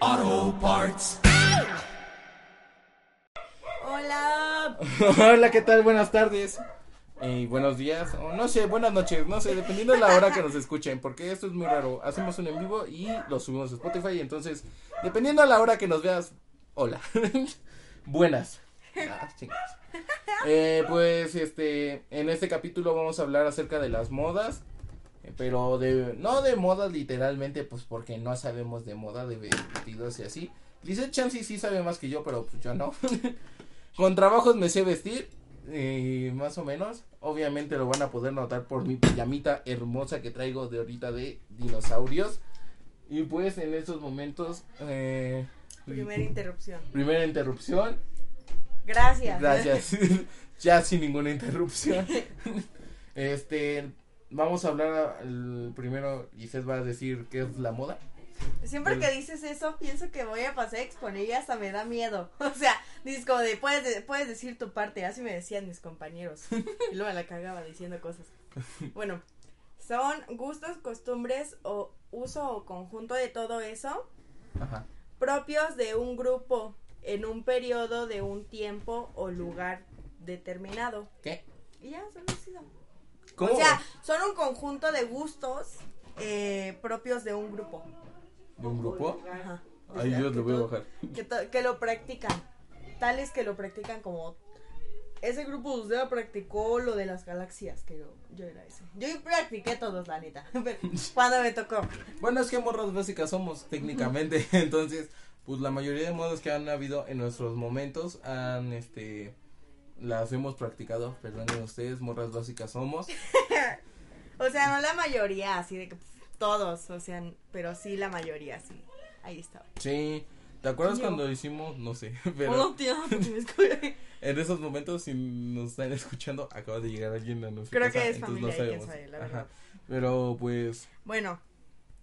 Auto parts. Hola. Hola, ¿qué tal? Buenas tardes. Y buenos días, o no sé, buenas noches, no sé, dependiendo de la hora que nos escuchen, porque esto es muy raro. Hacemos un en vivo y lo subimos a Spotify, entonces, dependiendo de la hora que nos veas, hola. buenas. Ah, chingados. Eh, pues, este, en este capítulo vamos a hablar acerca de las modas, eh, pero de, no de modas literalmente, pues porque no sabemos de moda, de vestidos y así. Dice Chansey sí sabe más que yo, pero pues yo no. Con trabajos me sé vestir, eh, más o menos. Obviamente lo van a poder notar por mi pijamita hermosa que traigo de ahorita de dinosaurios. Y pues en estos momentos, eh, Primera interrupción. primera interrupción. Gracias. Gracias. ya sin ninguna interrupción. este, vamos a hablar al- primero. Giselle va a decir qué es la moda. Siempre que dices eso, pienso que voy a pasar a exponer y hasta me da miedo. O sea, dices como de, puedes, de- puedes decir tu parte. Así me decían mis compañeros. Y luego la cagaba diciendo cosas. Bueno, son gustos, costumbres o uso o conjunto de todo eso Ajá. propios de un grupo en un periodo de un tiempo o lugar determinado. ¿Qué? Y ya, solo ha sido. O sea, son un conjunto de gustos eh, propios de un grupo. ¿De un grupo? Ajá. Ay, O sea, yo que lo voy a todo- bajar. Que, to- que lo practican. Tales que lo practican como. Ese grupo de usted practicó lo de las galaxias, que yo, yo era ese. Yo practiqué todos, la neta. pero Cuando me tocó. Bueno, es que morras básicas somos técnicamente, entonces, pues la mayoría de modas que han habido en nuestros momentos han, este, las hemos practicado, perdonen ustedes, morras básicas somos. O sea, no la mayoría, así de que pf, todos, o sea, pero sí la mayoría, sí. Ahí estaba. Sí, ¿te acuerdas Yo. cuando hicimos, no sé, Oh, pero tío, porque me escuché. en esos momentos si nos están escuchando, acaba de llegar alguien a nuestra Creo casa, que es entonces familia, no ahí, quién sabemos. sabe, la Ajá, verdad. Pero pues, Bueno,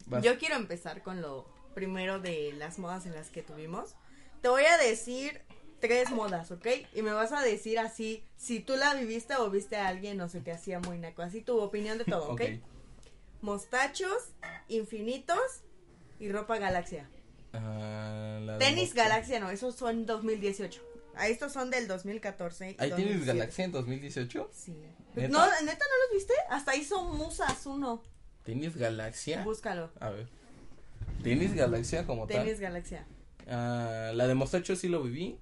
vas. Yo quiero empezar con lo primero de las modas en las que tuvimos. Te voy a decir tres modas, ¿ok? Y me vas a decir así, si tú la viviste o viste a alguien o se te hacía muy naco, así tu opinión de todo, ¿ok? Ok, Mostachos, infinitos y ropa galaxia. ah, la de Tenis mosca. galaxia, no, esos son 2018. Ah, estos son del 2014. y ¿Hay tenis 2017. galaxia en 2018? Sí. ¿Neta? No, ¿neta no los viste? Hasta hizo Musas uno. ¿Tenis galaxia? Búscalo. A ver. ¿Tenis Galaxia como Tenis galaxia. tal? Ah, la de Mostacho sí lo viví.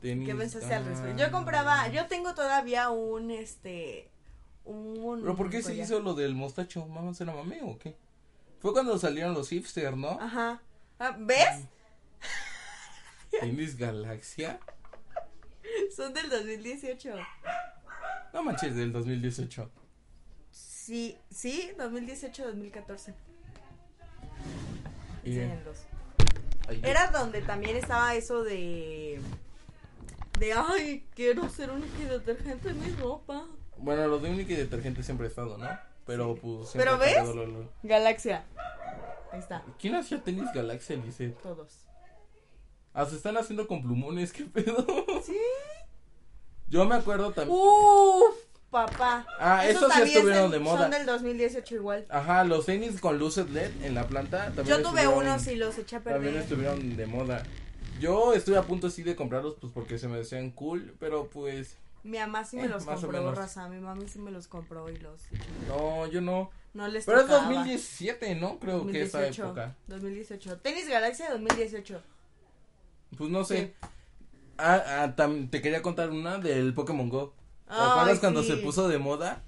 Tenis, ¿Qué pensaste al ah, respecto? Yo compraba, yo tengo todavía un este un ¿Pero por qué se collar. hizo lo del Mostacho? ¿Mamá se la mamé o qué? Fue cuando salieron los hipster, ¿no? Ajá. Ah, ¿Ves? Mm. Tenis Galaxia. Son del 2018. No manches, del 2018. Sí, sí, 2018, 2014. Y- Enséñenlos. ay, Era donde también estaba eso de de ay, quiero ser un detergente en mi ropa. Bueno, lo de Unique y detergente siempre ha estado, ¿no? Pero pues. siempre ¿Pero ha ves? cambiado lo- lo- Galaxia. Ahí está, ¿Quién hacía tenis Galaxia, Lisette? todos. Ah, se están haciendo con plumones, ¿qué pedo? Sí. Yo me acuerdo Uh. también. Uf, papá. Ah, Esos esos ya también estuvieron son- de moda. Son del 2018 igual. Ajá, los tenis con luces LED en la planta. Yo también tuve estuvieron- unos y los eché a También perder. estuvieron de moda. Yo estuve a punto sí de comprarlos pues porque se me decían cool, pero pues Mi mamá sí me Eh, los más o compró, menos. raza. Mi mami sí me los compró y los. no, yo no. No les Pero es tocaba. 2017, ¿no? Creo que esa 2018, época. 2018. Tenis Galaxia 2018. Pues no sé. Ah, ah, tam- te quería contar una del Pokémon Go. ¿Te Ay, acuerdas cuando sí. se puso de moda?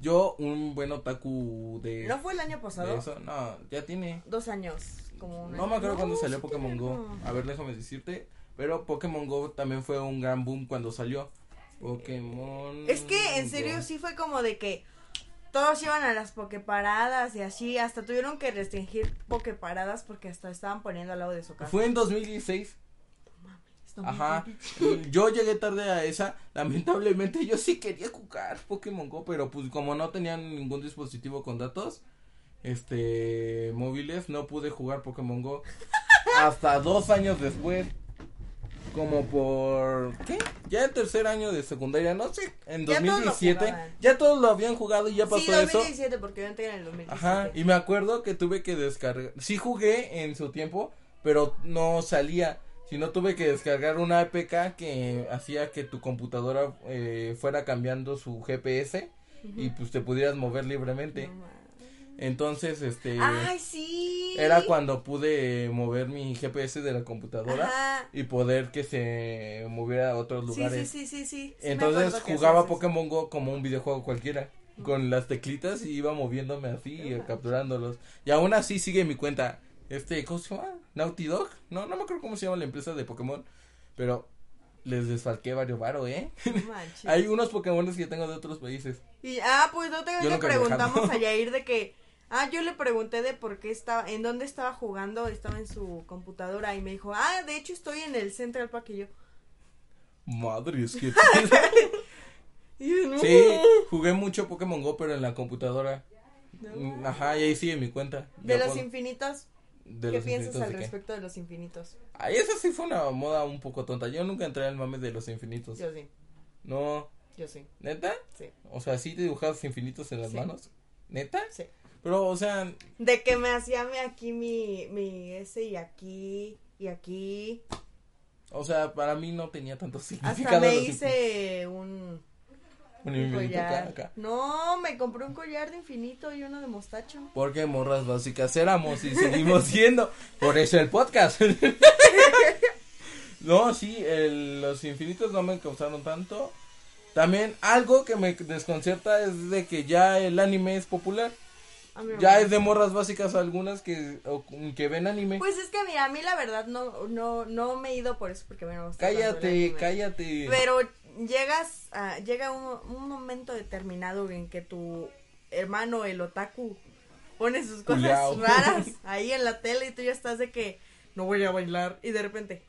Yo un buen otaku de, ¿No fue el año de pasado? eso, no, ya tiene. Dos años. Como un No año. me acuerdo cuando sí salió Pokémon tiene Go. Ah, algo. A ver, déjame decirte. Pero Pokémon Go también fue un gran boom cuando salió. Pokémon. Es que en serio Go. sí fue como de que todos iban a las pokeparadas y así. Hasta tuvieron que restringir pokeparadas porque hasta estaban poniendo al lado de su casa. Fue en 2016. Ajá. Mm, Yo llegué tarde a esa. Lamentablemente yo sí quería jugar Pokémon Go, pero pues como no tenían ningún dispositivo con datos este móviles, no pude jugar Pokémon Go hasta dos años después. Como por ¿qué? Ya el tercer año de secundaria, no sé, en Ya todos lo 2017, jugaban. ya todos lo habían jugado y ya pasó Sí, eso. 2017, porque yo entré en el 2017. Ajá, y me acuerdo que tuve que descargar. Sí jugué en su tiempo, pero no salía. Sino tuve que descargar una APK que hacía que tu computadora eh, fuera cambiando su GPS y pues te pudieras mover libremente. No mames. Entonces, este. Ay, sí. Era cuando pude mover mi GPS de la computadora Ajá. y poder que se moviera a otros Sí, lugares. sí, sí, sí, sí. Sí me Entonces acuerdo que jugaba hacías eso. Pokémon Go como un videojuego cualquiera. Con las teclitas y iba moviéndome así y capturándolos. Y aún así sigue mi cuenta. Este, ¿cómo se llama? Naughty Dog. No, no me acuerdo cómo se llama la empresa de Pokémon. Pero les desfalqué varios varo, ¿eh? No manches. Hay unos Pokémon que yo tengo de otros países. Y, ah, pues no te Yo le nunca he preguntamos viajado. a Yair de que. Ah, yo le pregunté de por qué estaba, en dónde estaba jugando, estaba en su computadora y me dijo, ah, de hecho estoy en el Central Park y yo. Madre, es que. y yo, no. sí, jugué mucho Pokémon Go, pero en la computadora. Mm, Ajá, y ahí sigue mi cuenta. De Ya los puedo- infinitos, de ¿qué los piensas infinitos al de qué. respecto de los infinitos? Ay, esa sí fue una moda un poco tonta. Yo nunca entré al mame de los infinitos. Yo sí, No, yo sí, ¿neta? sí, O sea, ¿sí te dibujabas infinitos en las Sí. manos? ¿Neta? sí. Pero, o sea, De que me hacía mi- aquí mi, mi ese y aquí y aquí. o sea, para mí no tenía tanto significado. Hasta me los infin- hice un, un un infinito acá, collar. acá. No, me compré un collar de infinito y uno de mostacho. Porque morras básicas éramos y seguimos siendo. Por eso el podcast. no, sí, el- los infinitos no me causaron tanto. También algo que me desconcierta es de que ya el anime es popular. A mí me Ya gusta. es de morras básicas algunas que, o- que ven anime. Pues es que mira, a mí la verdad no, no, no me he ido por eso porque me gusta. tanto el cállate, anime. Pues, cállate. Pero llegas a, llega un, un momento determinado en que tu hermano, el otaku, pone sus cosas Culeao. raras ahí en la tele y tú ya estás de que no voy a bailar y de repente.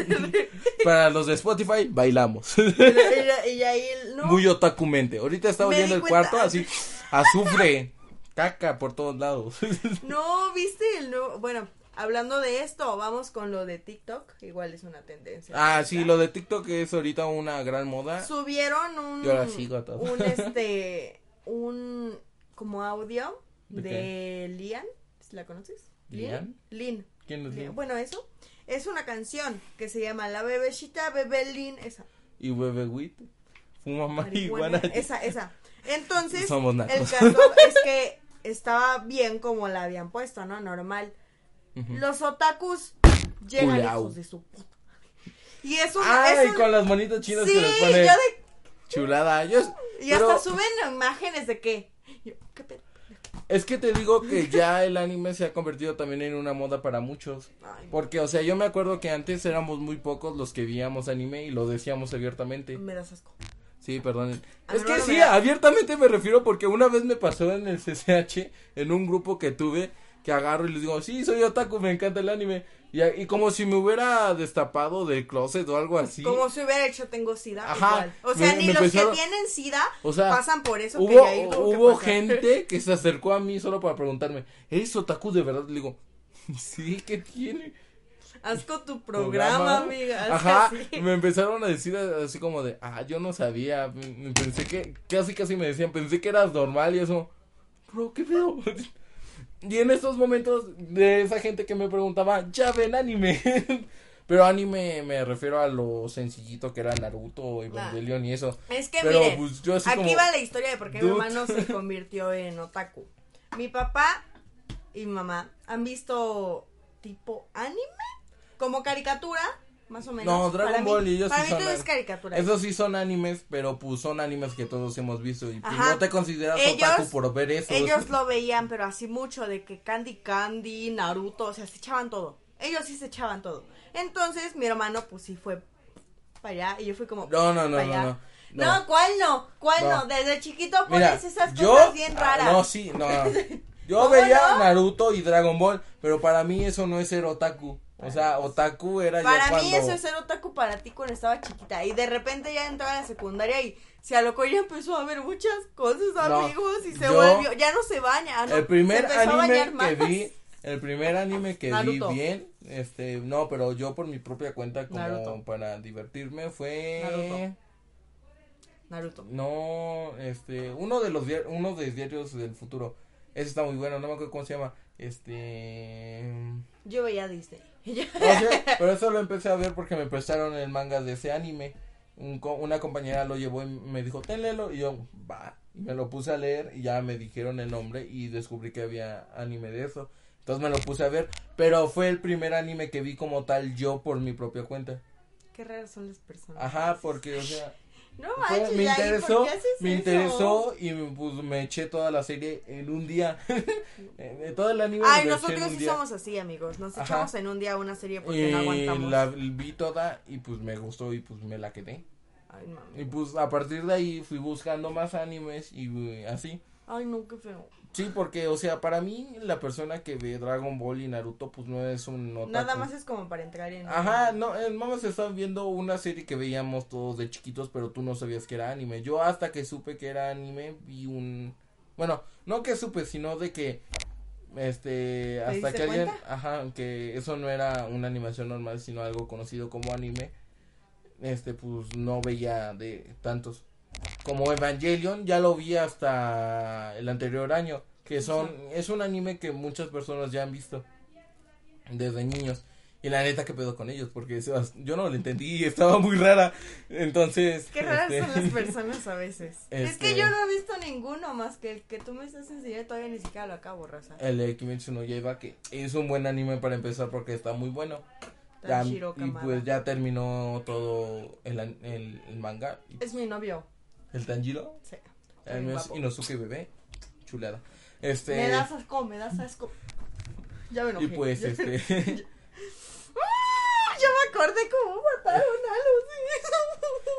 y, de re- Para los de Spotify, bailamos. y- y- y ahí el- no. Muy otakumente. Ahorita está Me di oyendo el cuenta. cuarto así, azufre, caca por todos lados. No, viste el nuevo. Bueno, hablando de esto, vamos con lo de TikTok. Igual es una tendencia. Ah, sí, lo de TikTok es ahorita una gran moda. Subieron un. Ah. Yo la sigo a todas. Un este. Un. Como audio ¿De de, qué? Lian. ¿La conoces? ¿Lian? Lin. ¿Quién es Lin. Lin? Bueno, eso. Es una canción que se llama La Bebecita Bebé Lin. Esa. Y bebe weed, fuma Marihuana. marihuana. Esa, esa. Entonces, Somos nacos. el caso es que estaba bien como la habían puesto, ¿no? Normal. Los otakus llegan Culeao. hijos de su puta. Y es una. Ay, es un- con las manitas chinas Sí, que les pone yo de chulada. Yo, Y pero hasta suben imágenes de qué. Yo, ¿qué pedo? es que te digo que ya el anime se ha convertido también en una moda para muchos. Ay, Porque, o sea, yo me acuerdo que antes éramos muy pocos los que veíamos anime y lo decíamos abiertamente. me das asco. Sí, perdón. A Es mi que hermano sí, me da- abiertamente me refiero porque una vez me pasó en el CCH, en un grupo que tuve, que agarro y les digo, sí, soy otaku, me encanta el anime. Y, a- y como si me hubiera destapado del closet o algo así. Como si hubiera hecho tengo sida. Ajá, igual. O sea, me- ni me los empezaron- que tienen sida O sea, pasan por eso. que ya ahí Hubo, tuvo que hubo pasar. gente que se acercó a mí solo para preguntarme, ¿eres otaku de verdad? Le digo, sí, ¿qué tiene? Asco tu programa, amiga. asco Ajá, así. me empezaron a decir así como de, ah, yo no sabía, mm, pensé que, casi casi me decían, pensé que eras normal y eso, bro, qué pedo. Y en estos momentos de esa gente que me preguntaba, ya ven anime. Pero anime me refiero a lo sencillito que era Naruto, Evangelion y eso. Ah. Es que Pero, miren, pues, yo así aquí como, va la historia de por qué mi dude. hermano se convirtió en otaku. Mi papá y mi mamá han visto tipo anime, como caricatura, más o menos. No, Dragon Para mí- Ball y ellos Para sí mí son todo es an- caricatura. Esos sí son animes, pero pues son animes que todos hemos visto y pues, Ajá. no te consideras Ellos- otaku por ver eso. Ellos lo veían, pero así mucho, de que Candy Candy, Naruto, o sea, se echaban todo. Ellos sí se echaban todo. Entonces, mi hermano, pues sí fue para allá, y yo fui como. No, no, no, pa' no, allá. no, no. No, ¿cuál no? ¿Cuál No. no? Desde chiquito pones Mira, esas cosas yo, bien ah, raras. No, sí, no. Yo ¿Cómo veía no? Naruto y Dragon Ball, pero para mí eso no es ser otaku. O sea, otaku era ya pues, Para cuando... mí eso es ser otaku para ti cuando estaba chiquita. Y de repente ya entró a la secundaria y se alocó y ya empezó a ver muchas cosas, No, amigos. Y se yo- volvió. Ya no se baña. ah, no, El se primer empezó a bañar anime más. que vi, el primer anime que Naruto. vi bien, este, no, pero yo por mi propia cuenta como Naruto. para divertirme fue Naruto. Naruto. no, este, uno de los diar- uno de los diarios del futuro. Ese está muy bueno, no me acuerdo cómo se llama. Este, Yo veía Disney. o sea, pero eso lo empecé a ver porque me prestaron el manga de ese anime. Un co- una compañera lo llevó y me dijo, "Ten léelo", y yo, "Va." Y me lo puse a leer y ya me dijeron el nombre y descubrí que había anime de eso. Entonces me lo puse a ver, pero fue el primer anime que vi como tal yo por mi propia cuenta. Qué raras son las personas. Ajá, porque o sea, No fue- manches, me Yair, ¿por interesó, qué haces me eso? interesó y pues me eché toda la serie en un día. Eh, Todo el anime Ay, me lo eché en nosotros un sí día. somos así, amigos. Nos Ajá. echamos en un día una serie porque Y no aguantamos. Eh, la vi toda y pues me gustó y pues me la quedé. Ay, mami. Y pues a partir de ahí fui buscando más animes y eh, así. Ay, no, qué feo. Sí, porque, o sea, para mí la persona que ve Dragon Ball y Naruto pues no es un otaku. Nada más es como para entrar en. Ajá, no, eh, vamos a estar viendo una serie que veíamos todos de chiquitos, pero tú no sabías que era anime. Yo hasta que supe que era anime vi un... Bueno, no que supe, sino de que... Este, hasta diste que alguien, cuenta? ajá, que eso no era una animación normal, sino algo conocido como anime. Este, pues no veía de tantos. Como Evangelion, ya lo vi hasta el anterior año, que son es un anime que muchas personas ya han visto desde niños. Y la neta, que pedo con ellos? Porque se bas- yo no lo entendí, estaba muy rara. Entonces. Qué raras este, son las personas a veces. Es que Este- yo no he visto ninguno más que el que tú me estás enseñando. Todavía ni siquiera lo acabo, raza. El de Kimetsu no Yaiba, que es un buen anime para empezar porque está muy bueno. Ya- Tan y pues ya terminó todo el, an- el, el manga. Es mi novio. El Tanjiro, Sí. Está el bien mes guapo. Inosuke bebé. Chulada. Este. Me das asco, me das asco. Ya me enojé. y pues, Ya- este. ¡Ah! Yo me acordé cómo mataron a Lucy.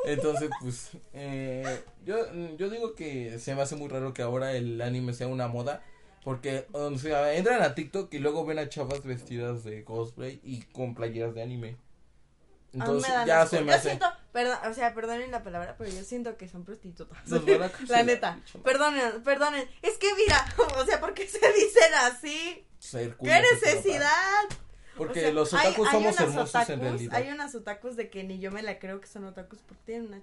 Entonces, pues, eh, yo, yo digo que se me hace muy raro que ahora el anime sea una moda. Porque, o sea, entran a TikTok y luego ven a chavas vestidas de cosplay y con playeras de anime. A Entonces, mí me dan ya asco. se me yo hace. siento, perdón, o sea, perdonen la palabra, pero yo siento que son prostitutas. Nos van a la cancelar, neta, bicho. perdonen, perdonen. Es que mira, o sea, ¿por qué se dicen así? Ser culo, ¡Qué ser culo, necesidad! Porque O sea, los hay- otakus hay somos unas hermosos en otakus- realidad. Hay unas otakus de que ni yo me la creo que son otakus porque tienen una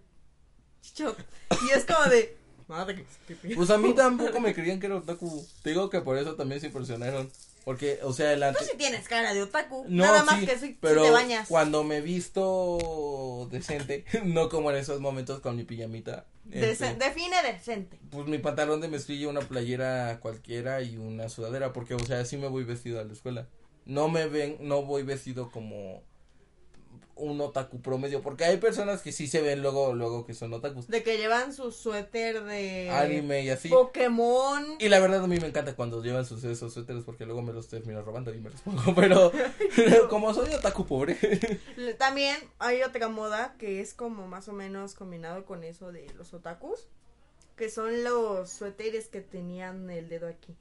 chichota. Y es como de. Madre que qué Pues a mí tampoco me creían que era otaku. Te digo que por eso también se impresionaron. Porque, o sea, el Tú ante- sí tienes cara de otaku. No, Nada más sí, que sí, pero sí te bañas. cuando me visto decente, no como en esos momentos con mi pijamita. este, Dece- define decente. Pues mi pantalón de mezclilla, una playera cualquiera y una sudadera, porque o sea, así me voy vestido a la escuela. No me ven, no voy vestido como un otaku promedio, porque hay personas que sí se ven luego luego que son otakus. De que llevan su suéter de. Anime y así. Pokémon. Y la verdad a mí me encanta cuando llevan sus esos suéteres porque luego me los termino robando y me los pongo, pero como soy otaku pobre. Le- También hay otra moda que es como más o menos combinado con eso de los otakus. Que son los suéteres que tenían el dedo aquí.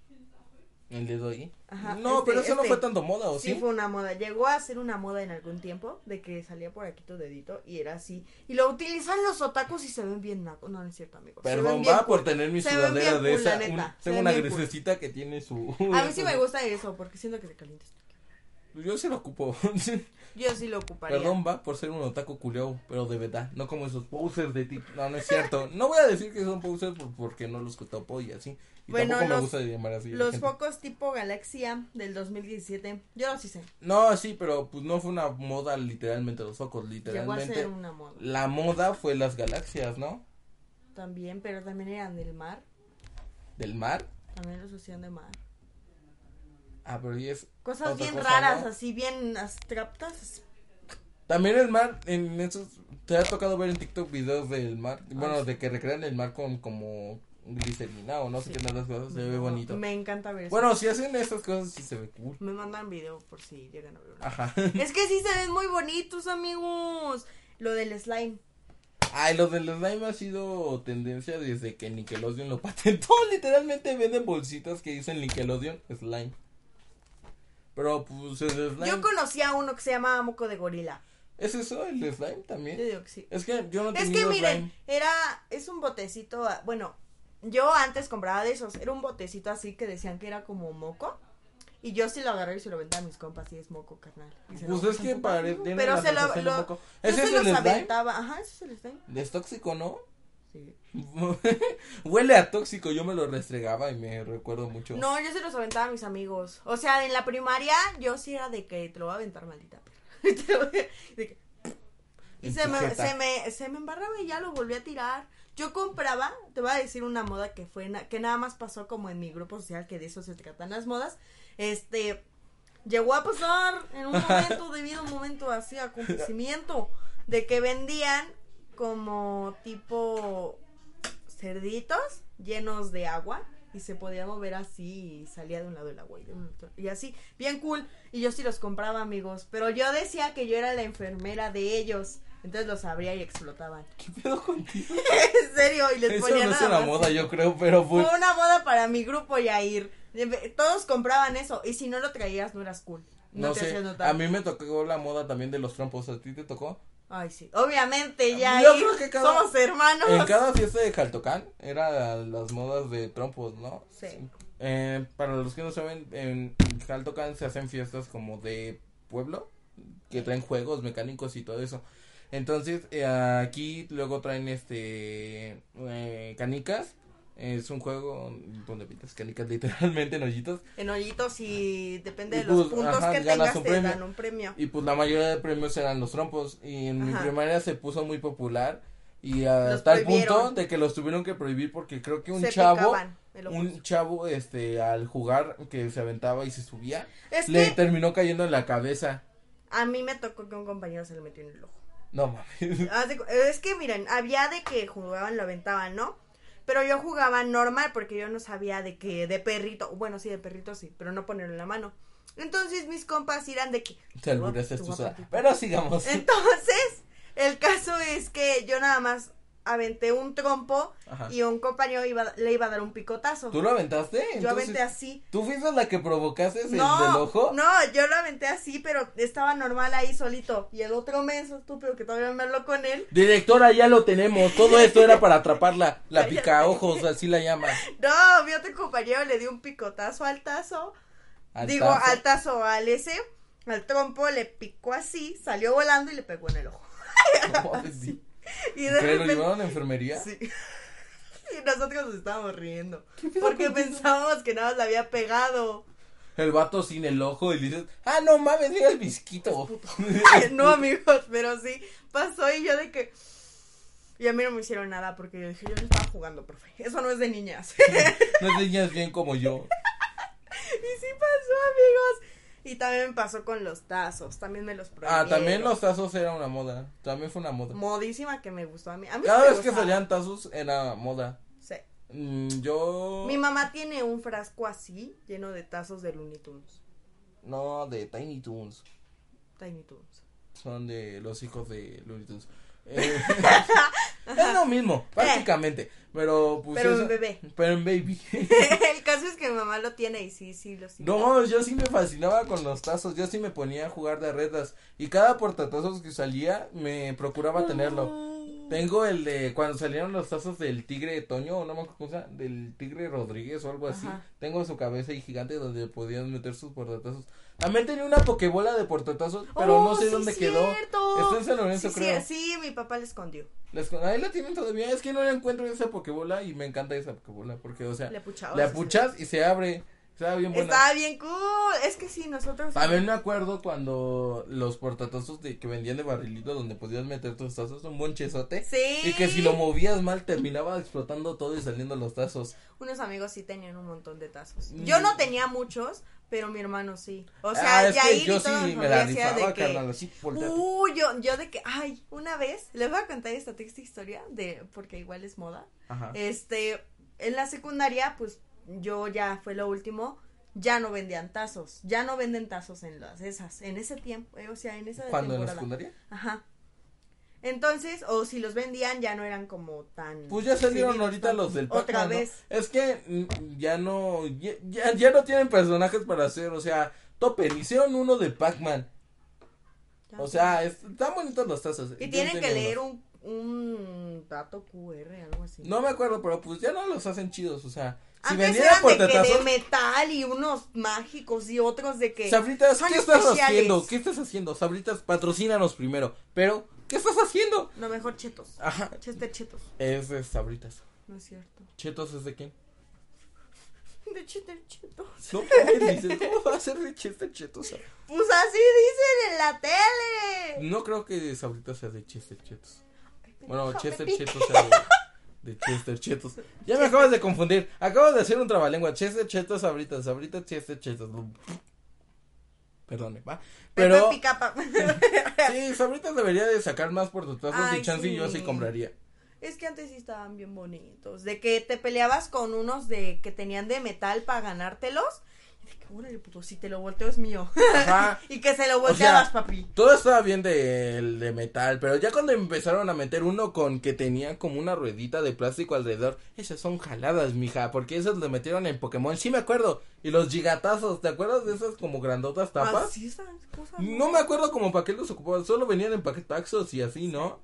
El dedo ahí. Ajá, no, este, pero eso no este. fue tanto moda, ¿o Sí, ¿Oh, sí? fue una moda. Llegó a ser una moda en algún tiempo de que salía por aquí tu dedito y era así. Y lo utilizan los otakus y se ven bien nacos. No, no es cierto, amigos. Se ven Perdón, bien va por cool. tener mi Se ven sudadera bien de cool, la esa. neta. un- Se tengo ven una bien cool. grisecita que tiene su. A mí sí me gusta eso porque siento que se calienta. Pues Yo se lo ocupo. Yo sí lo ocuparía. Perdón, va por ser un otaku culeo, pero de verdad, no como esos posers de ti. No, no es cierto. No voy a decir que son posers por- porque no los topo y así. Y Bueno, tampoco me los- gusta llamar así. a la Los gente. focos tipo Galaxia del 2017. Yo los hice. No, sí, pero pues no fue una moda literalmente los focos, Llegó a ser literalmente. una moda. La moda fue las galaxias, ¿no? También, pero también eran del mar. Del mar. También los hacían de mar. Ah, pero y es Cosas otra bien cosa, raras, ¿no? así bien abstractas. También el mar, en esos, te ha tocado ver en TikTok videos del mar, Ah, bueno, de que recrean el mar con como glicerina o no sé Sí. qué tantas cosas, se ve bonito. Me encanta ver eso. Bueno, si hacen esas cosas sí se ve cool. Me mandan video por si llegan a ver. uno. Ajá. Es que sí se ven muy bonitos, amigos. Lo del slime. Ay, lo del slime ha sido tendencia desde que Nickelodeon lo patentó, literalmente venden bolsitas que dicen Nickelodeon slime. Pero pues el slime. Yo conocí a uno que se llamaba Moco de Gorila. ¿Es eso el slime también? Yo digo que sí. Es que yo no Es tenía que slime. miren, era, es un botecito, ah, bueno, yo antes compraba de esos, era un botecito así que decían que era como moco. Y yo sí lo agarré y se lo vendía a mis compas y es moco, carnal. Y se lo- Pues es que pare- tiene Pero la se lo, sensación de lo- moco. yo ¿Ese se es los el slime? aventaba. Ajá, ese es el slime. Es tóxico, ¿no? Sí. Huele a tóxico, yo me lo restregaba y me recuerdo mucho. No, yo se los aventaba a mis amigos. O sea, en la primaria yo sí era de que te lo voy a aventar, maldita perra. Te lo voy a- de que- Y En se tu me, jeta. se, me, se me embarraba y ya lo volví a tirar. Yo compraba, te voy a decir una moda que fue, na- que nada más pasó como en mi grupo social, que de eso se tratan las modas. Este, llegó a pasar en un momento, debido a un momento así, acontecimiento, de que vendían como tipo cerditos llenos de agua y se podía mover así y salía de un lado el agua y de Mm. un otro, y así, bien cool. Y yo sí los compraba, amigos, pero yo decía que yo era la enfermera de ellos, entonces los abría y explotaban. ¿Qué pedo contigo? en serio, y les Eso ponía no es nada una más. moda, yo creo, pero pues. Fue una moda para mi grupo Yair. Todos compraban eso y si no lo traías no eras cool. No, No, te sé. hacías notar. A mí me tocó la moda también de los trompos. ¿A ti te tocó? Ay, sí. Obviamente, ya Yo creo que cada- somos hermanos. En cada fiesta de Jaltocán eran las modas de trompos, ¿no? Sí. Eh, para los que no saben, en Jaltocán se hacen fiestas como de pueblo, que traen juegos mecánicos y todo eso. Entonces, eh, aquí luego traen este eh, canicas. Es un juego donde pintas canicas literalmente en hoyitos. En hoyitos y depende Y de los pues, puntos ajá, que ganas tengas un te premio. dan un premio. Y pues la mayoría de premios eran los trompos. Y en mi Ajá. primaria se puso muy popular. Y a Los tal prohibieron. punto de que los tuvieron que prohibir porque creo que un Se chavo. picaban el ojo. Un chavo, este, al jugar que se aventaba y se subía, Es le que terminó cayendo en la cabeza. a mí me tocó que un compañero se le metió en el ojo. No mames. Haz de cu- Es que miren, había de que jugaban, lo aventaban, ¿no? Pero yo jugaba normal porque yo no sabía de que de perrito, bueno, sí, de perrito sí, pero no ponerlo en la mano. Entonces mis compas eran de que... Te albureaste Te tú voy a sola. partir. Pero sigamos. Entonces, el caso es que yo nada más aventé un trompo Ajá. y un compañero iba, le iba a dar un picotazo. ¿Tú lo aventaste? yo Entonces, aventé así. ¿Tú fuiste la que provocaste el del No, ojo? no, yo lo aventé así, pero estaba normal ahí solito. Y el otro menso estúpido que todavía me habló con él. Directora, ya lo tenemos. Todo esto era para atraparla. La Cállate. pica ojos, así la llaman. No, mi otro compañero le dio un picotazo al tazo. Al digo, tazo. al tazo, al ese, al trompo, le picó así, salió volando y le pegó en el ojo. No mames, sí. Y de ¿Pero lo repente- llevaron a enfermería? Sí. Y nosotros nos estábamos riendo. Porque pensábamos que nada más le había pegado. El vato sin el ojo y dices, ah, no mames, mira el visquito. no, amigos, pero sí. Pasó y yo de que. Y a mí no me hicieron nada porque yo dije, yo no estaba jugando, profe. Eso no es de niñas. No niñas bien como yo. y sí pasó, amigos. Y también pasó con los tazos. También me los Ah, prohibieron. también los tazos era una moda. También fue una moda. Modísima que me gustó a mí. A mí sí Cada me vez que gustaba. salían tazos era moda. Sí. Mm, Yo. Mi mamá tiene un frasco así, lleno de tazos de Looney Tunes. No, de Tiny Toons. Tiny Tunes. Son de los hijos de Looney Tunes. Eh, es lo mismo, prácticamente. Pero, pues. Eh. Pero en eso- bebé. Pero en baby. El caso es que mi mamá lo tiene y sí, sí, lo sigue. No, mames, yo sí me fascinaba con los tazos, yo sí me ponía a jugar de retas y cada portatazos que salía me procuraba tenerlo. Tengo el de cuando salieron los tazos del tigre Toño, o no me acuerdo cómo se llama, del tigre Rodríguez o algo así. Ajá. Tengo su cabeza ahí gigante donde podían meter sus portatazos. También tenía una pokebola de portatazos, pero Oh, no sé sí, dónde cierto. quedó. Está en San Lorenzo, sí, sí, creo. sí, mi papá le escondió. Las- ahí la tienen todavía, es que no la encuentro esa pokebola y me encanta esa pokebola porque, o sea, Le apuchabas, la o sea. apuchas y se abre. Estaba bien buena. Estaba bien cool. Es que sí, nosotros. También me acuerdo cuando los portatazos de, que vendían de barrilito donde podías meter tus tazos, un buen chesote. Sí. Y que si lo movías mal terminaba explotando todo y saliendo los tazos. Unos amigos sí tenían un montón de tazos. Mm. Yo no tenía muchos, pero mi hermano sí. O sea, Ah, es que Yair y yo todo sí mi me la familia hacía rifaba, de que- "Uh, carnal, así volteate. Uy, yo, yo de que, ay, una vez, les voy a contar esta triste historia de, porque igual es moda. Ajá. Este, en la secundaria, pues yo ya fue lo último, ya no vendían tazos, ya no venden tazos en las esas, en ese tiempo, eh, o sea, en esa ¿Cuándo en la temporada. secundaria? Ajá. Entonces, o si los vendían ya no eran como tan Pues ya salieron exhibidos, ahorita tan- los del otra Pac-Man, ¿no? vez. Es que mm, ya no ya, ya- ya no tienen personajes para hacer, o sea, Topper, hicieron uno de Pac-Man. O sea, es- están bonitas las tazas. Y Yo tienen tengo que leer unos. un, un dato QR, algo así. No me acuerdo, pero pues ya no los hacen chidos, o sea. Si Antes vendieran eran por de, Ah, que de tetazos. metal y unos mágicos y otros de que. Sabritas, son ¿qué estás especiales. haciendo? ¿Qué estás haciendo? Sabritas, patrocínanos primero. Pero, ¿qué estás haciendo? No, mejor chetos. Ajá. Chester chetos. Es de Sabritas. No es cierto. ¿Chetos es de quién? De Chester chetos. No pueden, dices, ¿cómo va a ser de chiste chetos? Pues así dicen en la tele. No creo que Sabritas sea de chiste chetos. Bueno, Hijo de Chester pi- Chetos sabe de, Chester Chetos. Ya me acabas de confundir. Acabas de hacer un trabalengua. Chester Chetos, ahorita, ahorita Chester Chetos. Perdone, va. Pero Pepe Picapa. sí, Sabritas debería de sacar más por tus tazos Ay, y chance y yo sí sí. compraría. Es que antes sí estaban bien bonitos. De que te peleabas con unos de que tenían de metal para ganártelos. Y de que, órale, puto, si te lo volteo es mío. Ajá. y que se lo O sea, volteabas, papi. Todo estaba bien de, de metal, pero ya cuando empezaron a meter uno con que tenía como una ruedita de plástico alrededor, esas son jaladas, mija, porque esos le metieron en Pokémon, sí me acuerdo. Y los gigatazos, ¿te acuerdas de esas como grandotas tapas? Así esas cosas. No me acuerdo como para qué los ocupaban, solo venían en paquetaxos y así, ¿no?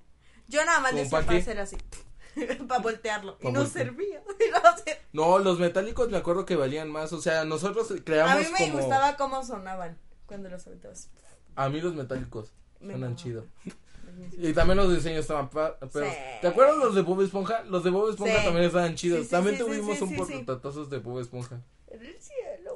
Yo nada más ¿Cómo decía pa' para qué? hacer así. para voltearlo. Pa' y no voltear. servía. Y no ser- No, los metálicos me acuerdo que valían más, o sea, nosotros creamos A mí me como... gustaba cómo sonaban cuando los aventabas. A mí los metálicos, Me suenan mamaban. chido. Y también los diseños estaban pa- pero Sí. ¿Te acuerdas los de Bob Esponja? Los de Bob Esponja Sí. también estaban chidos. Sí, sí, también sí, sí, tuvimos sí, un sí, sí. portatazos de Bob Esponja. En el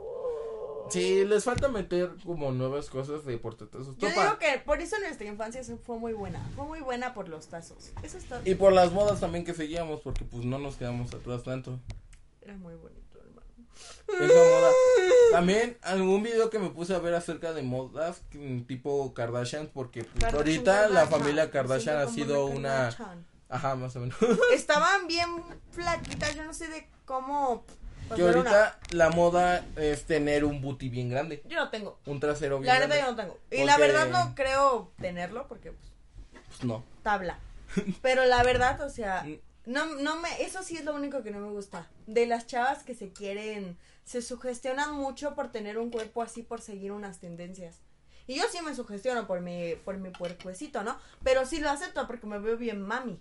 cielo. Sí, les falta meter como nuevas cosas de portatazos. Yo Topa. digo que por eso nuestra infancia se- fue muy buena. Fue muy buena por los tazos. Eso está. Y por las modas también que seguíamos, porque pues no nos quedamos atrás tanto. Era muy bonito, hermano. Esa moda. También algún video que me puse a ver acerca de modas mm, tipo Kardashian, porque pues, Kardashian, ahorita la Kardashian. familia Kardashian ha Sí, yo sido como una... Kardashian. Ajá, más o menos. Estaban bien flaquitas, yo no sé de cómo. que pasaron a- ahorita la moda es tener un booty bien grande. Yo no tengo. Un trasero bien La grande. verdad, yo no tengo. Y la Porque- verdad, no creo tenerlo porque, pues, Pues no. tabla. Pero la verdad, o sea, Mm. no, no me, eso sí es lo único que no me gusta. De las chavas que se quieren, se sugestionan mucho por tener un cuerpo así, por seguir unas tendencias. Y yo sí me sugestiono por mi, por mi puercuecito, ¿no? Pero sí lo acepto porque me veo bien mami.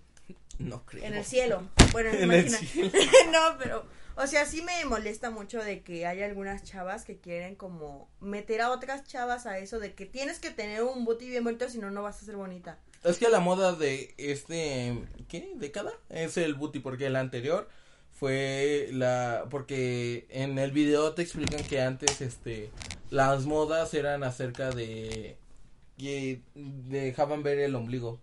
No creo. En el cielo. Bueno, En el imagina. no, pero. O sea, sí me molesta mucho de que hay algunas chavas que quieren como meter a otras chavas a eso de que tienes que tener un booty bien bonito, si no, no vas a ser bonita. Es que la moda de este, ¿qué? ¿Década? Es el booty, porque el anterior fue la, porque en el video te explican que antes, este, las modas eran acerca de, que dejaban ver el ombligo.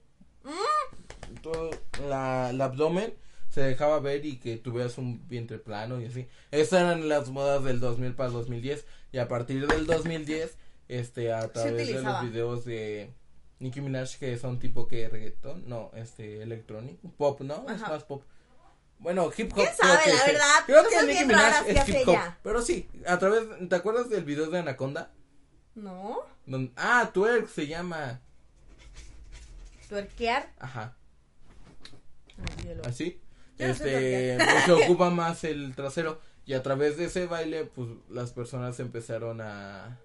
Todo, la, el abdomen se dejaba ver y que tuvieras un vientre plano y así. Esas eran las modas del 2000 para el 2010 y a partir del 2010, este, a través de los utilizaba. videos de... Nicki Minaj que son tipo que reggaetón, no, este, electrónico, pop, ¿no? Es Ajá. más pop. Bueno, hip hop. ¿Quién creo sabe, que la es, eh, verdad? Creo Cosas que Nicki bien Minaj raras que es hace hip hop. ella. Pero sí, a través, ¿te acuerdas del video de Anaconda? ¿No? Don- ah, twerk se llama. Tuerquear. Ajá, Ay, yo lo- así. Yo no sé Este, pues, se ocupa más el trasero. Y a través de ese baile, pues las personas empezaron a,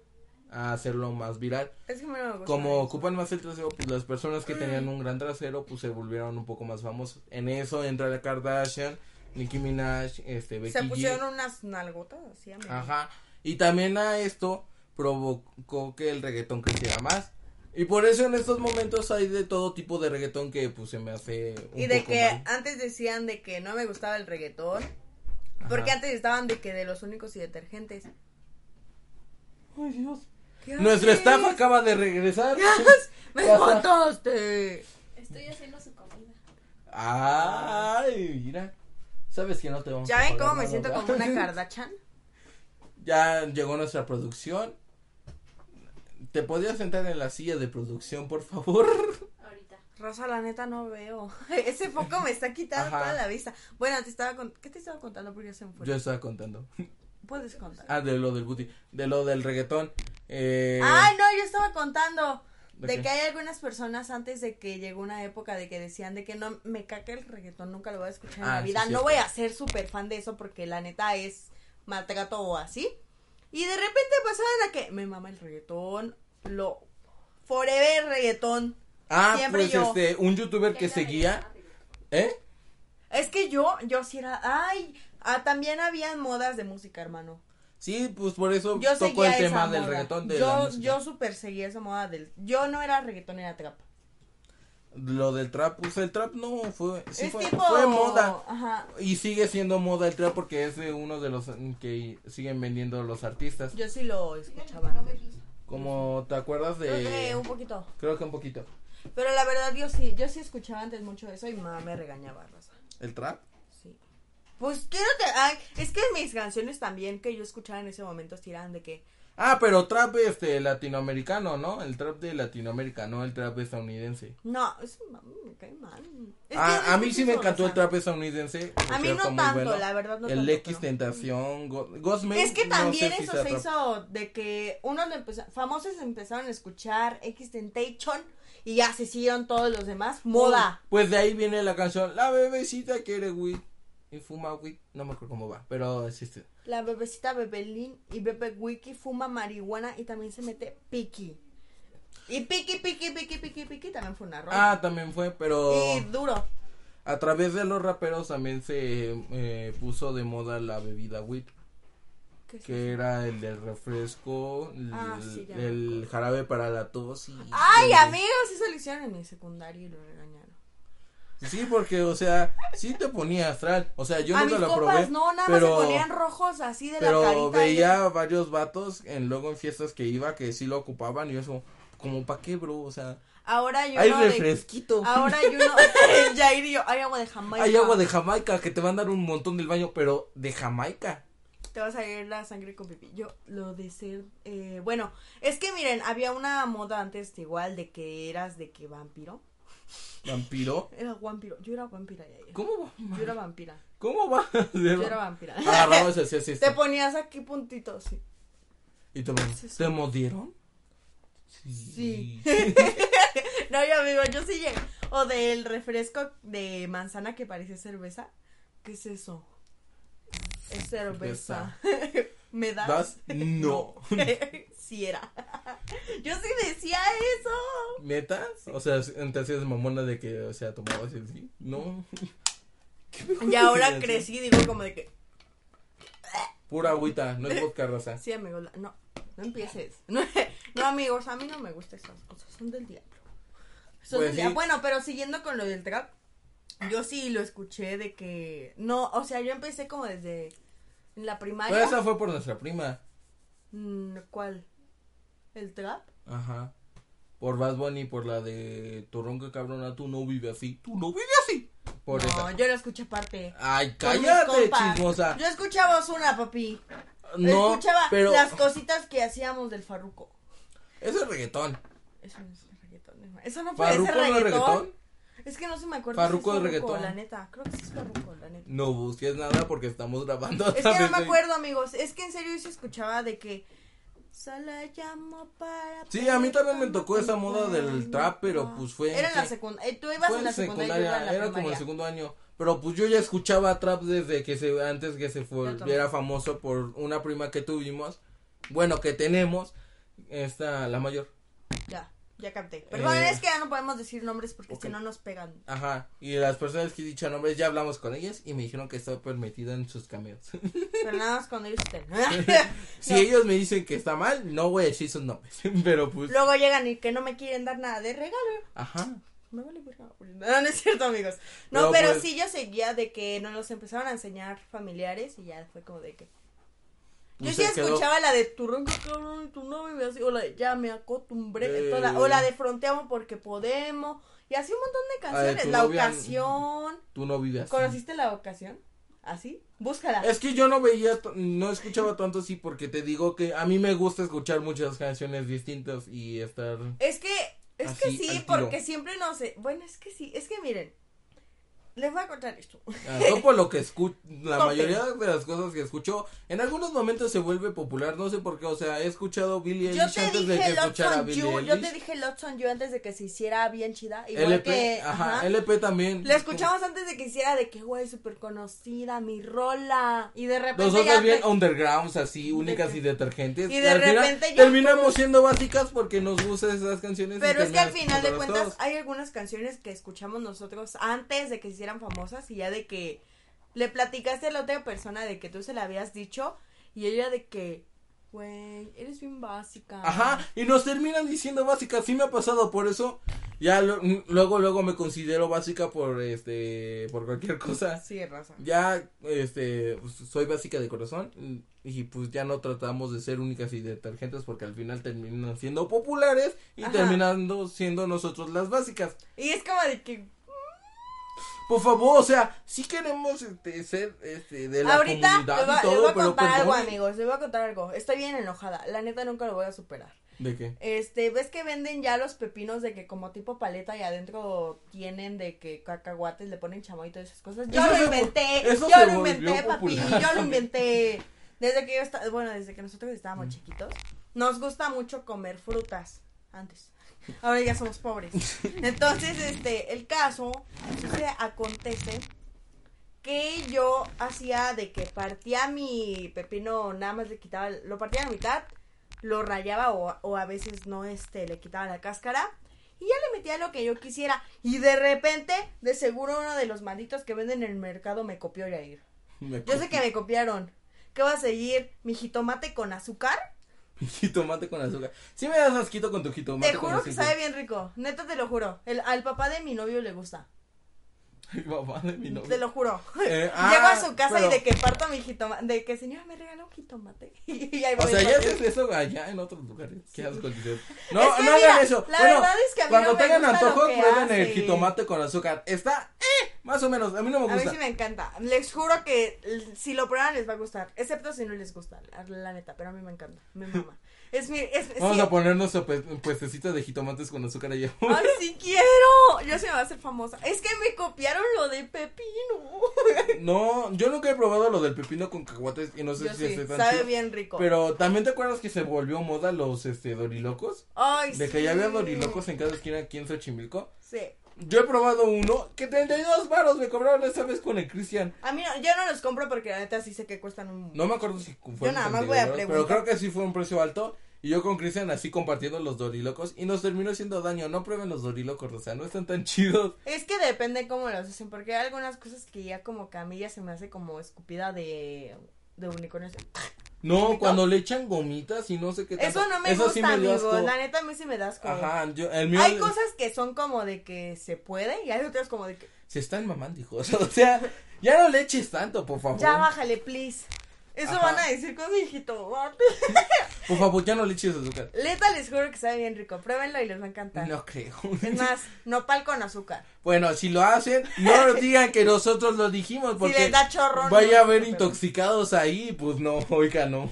a hacerlo más viral. Es que a mí no me gusta Como eso. ocupan más el trasero, pues las personas que tenían un gran trasero, pues se volvieron un poco más famosas. En eso entra la Kardashian, Nicki Minaj, este, Becky Se G. Ah, pusieron unas nalgotas así a mí. Ajá. Y también a esto provocó que el reggaetón creciera más. Y por eso en estos momentos hay de todo tipo de reggaetón que pues se me hace un Y de poco que mal. antes decían de que no me gustaba el reggaetón. Ajá. Porque antes estaban de que de los únicos y detergentes. Ay, Dios. ¿Qué Nuestro haces? staff acaba de regresar. ¡Me Pasa. contaste! Estoy haciendo su comida. Ay, mira. Sabes que no te vamos ¿Ya a ven pagar cómo me nada, siento ¿verdad? como una Kardashian? Ya llegó nuestra producción. ¿Te podías sentar en la silla de producción, por favor? Ahorita. Rosa, la neta no veo. Ese foco me está quitando Ajá. toda la vista. Bueno, te estaba con... ¿qué te estaba contando? Porque ya se me fue. Yo estaba contando. Puedes contar. Ah, de lo del booty. De lo del reggaetón. Eh, Ay, no, yo estaba contando ¿De de qué? que hay algunas personas antes de que llegó una época de que decían de que no me caca el reggaetón, nunca lo voy a escuchar en Ah, la sí, vida. no cierto. voy a ser súper fan de eso porque la neta es maltrato o así. Y Y de repente pasaba la que me mama el reggaetón, lo forever reggaetón. Ah, Siempre pues yo. este, un youtuber que seguía, ¿eh? Es que yo, yo sí era, ay, ah, también habían modas de música, hermano. Sí, pues por eso Yo tocó seguía el esa tema moda. del reggaetón de la yo, música. yo super seguía esa moda del, yo no era reggaetón, era trap. Lo del trap, pues el trap no fue, sí es fue, tipo, fue moda. Ajá, Y sigue siendo moda el trap porque es de uno de los mm, que siguen vendiendo los artistas. yo sí lo escuchaba. antes. Como te acuerdas de... Creo que un poquito. Creo que un poquito. Pero la verdad yo sí, yo sí escuchaba antes mucho eso y mamá me regañaba, Rosa. ¿El trap? Sí. Pues quiero te, ay, es que mis canciones también que yo escuchaba en ese momento sí eran de que Ah, pero trap este latinoamericano, ¿no? El trap de Latinoamérica, no el trap estadounidense. no, es mami, me cae mal. Es que Ah, no a mí escucho sí me eso, encantó el Rosa. trap estadounidense. por A mí cierto, no muy tanto, bueno. la verdad no El tanto, X pero- Tentación, Go- Godsmack, Es que no sé también si eso sea se trap. hizo de que unos lo empeza- famosos empezaron a escuchar X Tentation y ya se siguieron todos los demás moda. Pues de ahí viene la canción La bebecita quiere weed y fuma weed. No me acuerdo cómo va, pero existe. La bebecita Bebelín y Bebe Wiki fuma marihuana y también se mete piqui. Y piqui, piqui, piqui, piqui, piqui también fue una rola. Ah, también fue, pero y duro. a través de los raperos también se eh, puso de moda la bebida weed. ¿Qué es Que era el del refresco, el, Ah, sí, ya me el acuerdo. jarabe para la tos. y- Ay, y- amigos, eso lo hicieron en mi secundaria y lo regañaron. Sí, porque, o sea, sí te ponía astral. O sea, yo a nunca mis lo copas probé. no, nada pero, más se ponían rojos así de la pero carita. veía a varios vatos en, luego en fiestas que iba que sí lo ocupaban y yo eso, como pa' qué, bro, o sea, Ahora yo hay no de- refresquito. Ahora yo no. el Jair y yo, hay agua de Jamaica. Hay agua de Jamaica que te van a dar un montón del baño, pero de Jamaica. Te vas a ir la sangre con pipí. Yo, lo de ser. eh, bueno, es que miren, había una moda antes de igual de que eras de que vampiro. Vampiro. Era vampiro. Yo era vampira Yair. ¿Cómo va? Yo era vampira. ¿Cómo va? Yo era vampira. Agarrabas así, este, así, así. Te ponías aquí puntitos, sí. Y te, mo- sí. ¿te mordieron. Sí. No, yo amigo, yo sí llegué. O del refresco de manzana que parece cerveza. ¿Qué es eso? Es cerveza. ¿Me das? ¿Das? No. sí era. Yo sí decía eso. ¿Metas? O sea, te hacías mamona de que, o sea, tomabas y así. No. ¿Qué mejor Y ahora combinación? crecí y digo como de que, Pura agüita, no es vodka rosa. sí amigo, la- no, no empieces. No, no, amigos, a mí no me gustan esas cosas, son del diablo. Son Pues del sí. diablo. Bueno, pero siguiendo con lo del trap, yo sí lo escuché de que, no, o sea, yo empecé como desde la primaria. Pero esa fue por nuestra prima. Mm, ¿Cuál? ¿El trap? Ajá. Por Bad Bunny, por la de tu ronca cabrona, tú no vives así. Tú no vives así. Por no, esa. yo lo escuché aparte. Ay, con mis cállate, compas. chismosa. Yo escuchaba Ozuna, papi. No, escuchaba pero las cositas que hacíamos del Farruco. eso es reggaetón. Eso no es reggaetón. hermano. Eso no puede ¿Farruco ser no es reggaetón. reggaetón? Es que no se me acuerdo. si ¿Farruko es es reggaetón? La neta, creo que sí es Farruko, la neta. No busques nada porque estamos grabando. Es otra que no vez me hoy. acuerdo, amigos. Es que en serio yo se escuchaba de que. Solo llamo para. Sí, a mí también me tocó esa moda del trap, pero pues fue en Era en la sí. secundaria. Tú ibas Fue en la secundaria, yo iba en la era como primaria. el segundo año. Pero pues yo ya escuchaba trap desde que se, antes que se Yo también. volviera famoso por una prima que tuvimos, bueno, que tenemos, esta, la mayor. Ya, ya capté. Perdón, Eh, es que ya no podemos decir nombres porque ok. si no nos pegan. Ajá, y las personas que he dicho nombres ya hablamos con ellas y me dijeron que estaba permitida en sus cameos. Pero nada más cuando ellos estén. si ellos me dicen que está mal, no voy a decir sus nombres, pero pues, Luego llegan y que no me quieren dar nada de regalo. ajá. Me vale verga. No, no es cierto, amigos. No, No, pero pues- sí yo seguía de que nos los empezaron a enseñar familiares y ya fue como de que. Yo Pues sí se quedó. escuchaba la de tu ronco cabrón, tu no me así, o la de ya me acostumbré, De- toda- o la de fronteamos porque podemos, y así un montón de La Ah, de canciones. tu la novia- ocasión. Tú no vives así. ¿Conociste la ocasión? ¿Así? Búscala. Es que yo no veía, t- no escuchaba tanto así porque te digo que a mí me gusta escuchar muchas canciones distintas y estar... Es que, es que Así, sí, al tiro. eh, porque siempre no sé. Bueno, es que sí, es que miren. Les voy a contar esto. Ah, Topo lo que escucho, la Tope. mayoría de las cosas que escucho, en algunos momentos se vuelve popular, no sé por qué, o sea, he escuchado Billie Yo Eilish te antes de dije que escuchara Lotson Billie You, yo te Eilish. dije Lotson You antes de que se hiciera bien chida, igual LP, que ajá, ajá. LP también. La escuchamos antes de que hiciera de que güey, súper conocida, mi rola. Y de repente ya Nosotras bien te- undergrounds, así, únicas y detergentes. Y de al final repente ya terminamos siendo básicas porque nos gustan esas canciones. y Pero es que al terminamos final de escuchándolas cuentas todas. hay algunas canciones que escuchamos nosotros antes de que se hicieran famosas y ya de que le platicaste a la otra persona de que tú se la habías dicho y ella de que, güey, eres bien básica. Ajá, y nos terminan diciendo básicas, sí me ha pasado por eso. Ya lo- mm, luego, luego me considero básica por este, por cualquier cosa. Sí, raza. Ya, este, pues, soy básica de corazón y pues ya no tratamos de ser únicas y detergentes porque al final terminan siendo populares y Ajá. terminando siendo nosotros las básicas. Y es como de que Por favor, o sea, sí queremos este, ser este, de la ahorita les comunidad voy, a- y todo, les voy a pero contar pues algo, no. amigos, les voy a contar algo. Estoy bien enojada, la neta nunca lo voy a superar. ¿De qué? Este, ves que venden ya los pepinos de que como tipo paleta y adentro tienen de que cacahuates le ponen chamoy y todas esas cosas. Yo Eso lo se vol- inventé, eso yo se lo volvió inventé, papi, popular. yo lo inventé. Desde que yo estaba, bueno, desde que nosotros estábamos chiquitos, nos gusta mucho comer frutas antes. Ahora ya somos pobres. Entonces, este, el caso se acontece que yo hacía de que partía mi pepino, nada más le quitaba, lo partía a la mitad, lo rayaba o, o a veces no, este, le quitaba la cáscara y ya le metía lo que yo quisiera. Y de repente, de seguro uno de los malditos que venden en el mercado me copió Yair. Me Yo sé que me copiaron. ¿Qué va a seguir? ¿Mi jitomate con azúcar? Jitomate con azúcar. Sí me das asquito con tu jitomate Te con juro que azúcar. sabe bien rico, neta te lo juro. El, al papá de mi novio le gusta, Ay, mamá de mi novio. te lo juro. Eh, ah, Llego a su casa pero- y de que parto mi jitomate, de que señora me regaló un jitomate. Y ahí O voy sea, con él. ya haces eso allá en otros lugares. Qué asco dices. No, Es que no mira, hagan eso. la Bueno, verdad es que a mí cuando no me tengan gusta lo antojo, que prueben el hace. jitomate con azúcar. Está, eh, más o menos. A mí no me A gusta. mí sí me encanta. Les juro que l- si lo prueban les va a gustar. Excepto si no les gusta, la, la neta. Pero a mí me encanta. Me mama. Es mi. Es, Vamos sí. a ponernos a pues- puestecitos de jitomates con azúcar allá. ¡Ay, Ah, sí quiero! Yo sí me voy a hacer famosa. Es que me copiaron lo de Pepino. No, yo nunca he probado lo del pepino con cacahuates y no sé Yo si sí, esté tan sabe chido. bien rico. Pero también te acuerdas que se volvió moda los este dorilocos? Ay, De sí. que ya había dorilocos en cada esquina aquí en Xochimilco. Sí. Yo he probado uno que 32 varos me cobraron esa vez con el Cristian. A mí no, yo no los compro porque la neta sí sé que cuestan un. No me acuerdo si fue Yo nada más voy a pero preguntar. creo que sí fue un precio alto. Y yo con Cristian así compartiendo los dorilocos y nos terminó haciendo daño. No prueben los dorilocos, o sea, no están tan chidos. Es que depende cómo los hacen. Porque hay algunas cosas que ya como que a mí ya se me hace como escupida de. de unicornio. No, cuando le echan gomitas y no sé qué tanto. Eso no me gusta, sí dio amigo. asco. La neta a mí sí me das como. Ajá, yo, el mío. Hay cosas que son como de que se puede y hay otras como de que Se están mamando, hijos. O sea, ya no le eches tanto, por favor. ya bájale, please. Eso Ajá. van a decir con mi hijito. Por favor, ya no le eches azúcar. Leta les juro que sabe bien rico. Pruébenlo y les va a encantar. No creo. Es más, nopal con azúcar. Bueno, si lo hacen, no nos digan que nosotros lo dijimos porque les da chorro, no, vaya a haber pero- intoxicados ahí, pues no, oiga, no.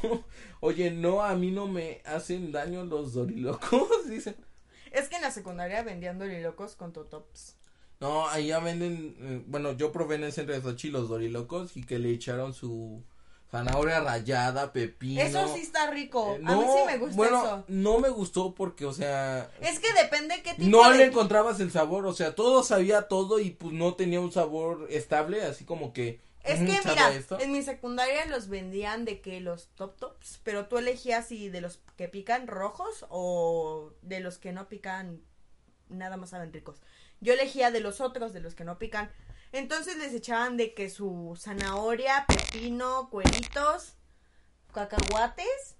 Oye, no, a mí no me hacen daño los dorilocos, dicen. Es que en la secundaria vendían dorilocos con totops. No, ahí ya venden, eh, bueno, yo probé en el centro de Sochi los dorilocos y que le echaron su zanahoria rallada, pepino. Eso sí está rico. Eh, a mí sí no, me gusta bueno, eso. no me gustó porque, o sea, Es que depende qué tipo no de... le encontrabas el sabor, o sea, todo sabía todo y pues no tenía un sabor estable, así como que... Es "Mm, que ¿sabe mira, a esto?". en mi secundaria los vendían de que los top tops, pero tú elegías si de los que pican rojos o de los que no pican nada más saben ricos. Yo elegía de los otros, de los que no pican. Entonces les echaban de que su zanahoria, pepino, cueritos, cacahuates,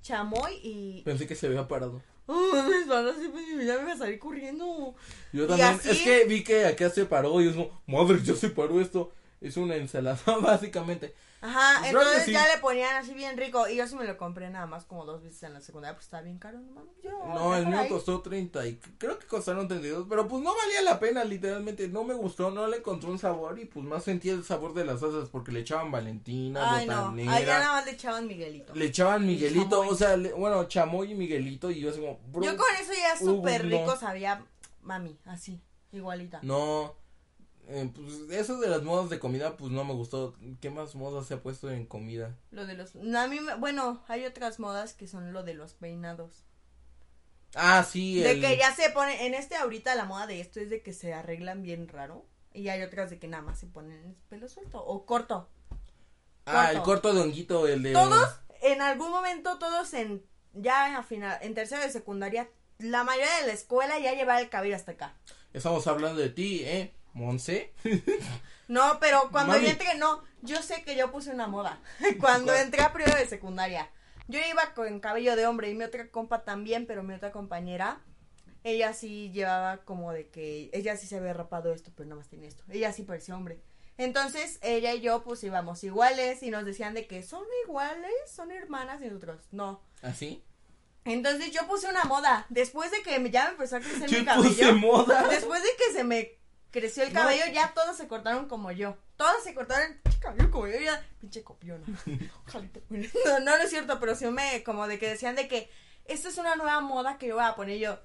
chamoy y... Pensé que se había parado. ¡Oh, mames, Bárbara, sí, pues, ya me voy a salir corriendo! Yo Y también, así- es que vi que acá se paró y es como, madre, ya se paró esto. Es una ensalada, básicamente. Ajá, Pues Creo entonces que sí. ya le ponían así bien rico. Y yo sí me lo compré nada más como dos veces en la secundaria, pues estaba bien caro. No, mames, yo lo voy a No, el dejar mío Oh, ahí. costó 30 y creo que costaron 32, pero pues no valía la pena, literalmente. No me gustó, no le encontré un sabor y pues más sentía el sabor de las salsas porque le echaban Valentina, Ay, no. botanera. Allá nada más le echaban Miguelito. Le echaban Miguelito, Chamoy. o sea, le- bueno, chamoy y Miguelito y yo así como, bro, Yo con eso ya Uh, súper no. rico sabía mami, así, igualita. no, Eh, pues eso de las modas de comida, pues no me gustó. ¿Qué más modas se ha puesto en comida? Lo de los. no, a mí me- bueno, hay otras modas que son lo de los peinados. Ah, sí. De el- que ya se pone. En este, ahorita la moda de esto es de que se arreglan bien raro. Y hay otras de que nada más se ponen el pelo suelto o corto. Ah, el corto. corto de honguito, el de... Todos, en algún momento, todos en. Ya a final, en tercero de secundaria, la mayoría de la escuela ya llevaba el cabello hasta acá. Estamos hablando de ti, ¿eh? Monse. No, pero cuando Mami. yo entré, no, yo sé que yo puse una moda. Cuando ¿Cuál? entré a primero de secundaria, yo iba con cabello de hombre y mi otra compa también, pero mi otra compañera, ella sí llevaba como de que, ella sí se había rapado esto, pero nada más tenía esto. Ella sí parecía hombre. Entonces, ella y yo pues íbamos iguales y nos decían de que son iguales, son hermanas y nosotros, no. ¿Así? Entonces yo puse una moda. Después de que me- ya me empezó a crecer Yo mi cabello. puse moda. Después de que se me creció el No. cabello, ya todos se cortaron como yo. Todos se cortaron el cabello como yo. Ya, pinche copiona. Ojalá te mueras. no, no, no es cierto, pero sí me como de que decían de que esta es una nueva moda que yo voy a poner yo.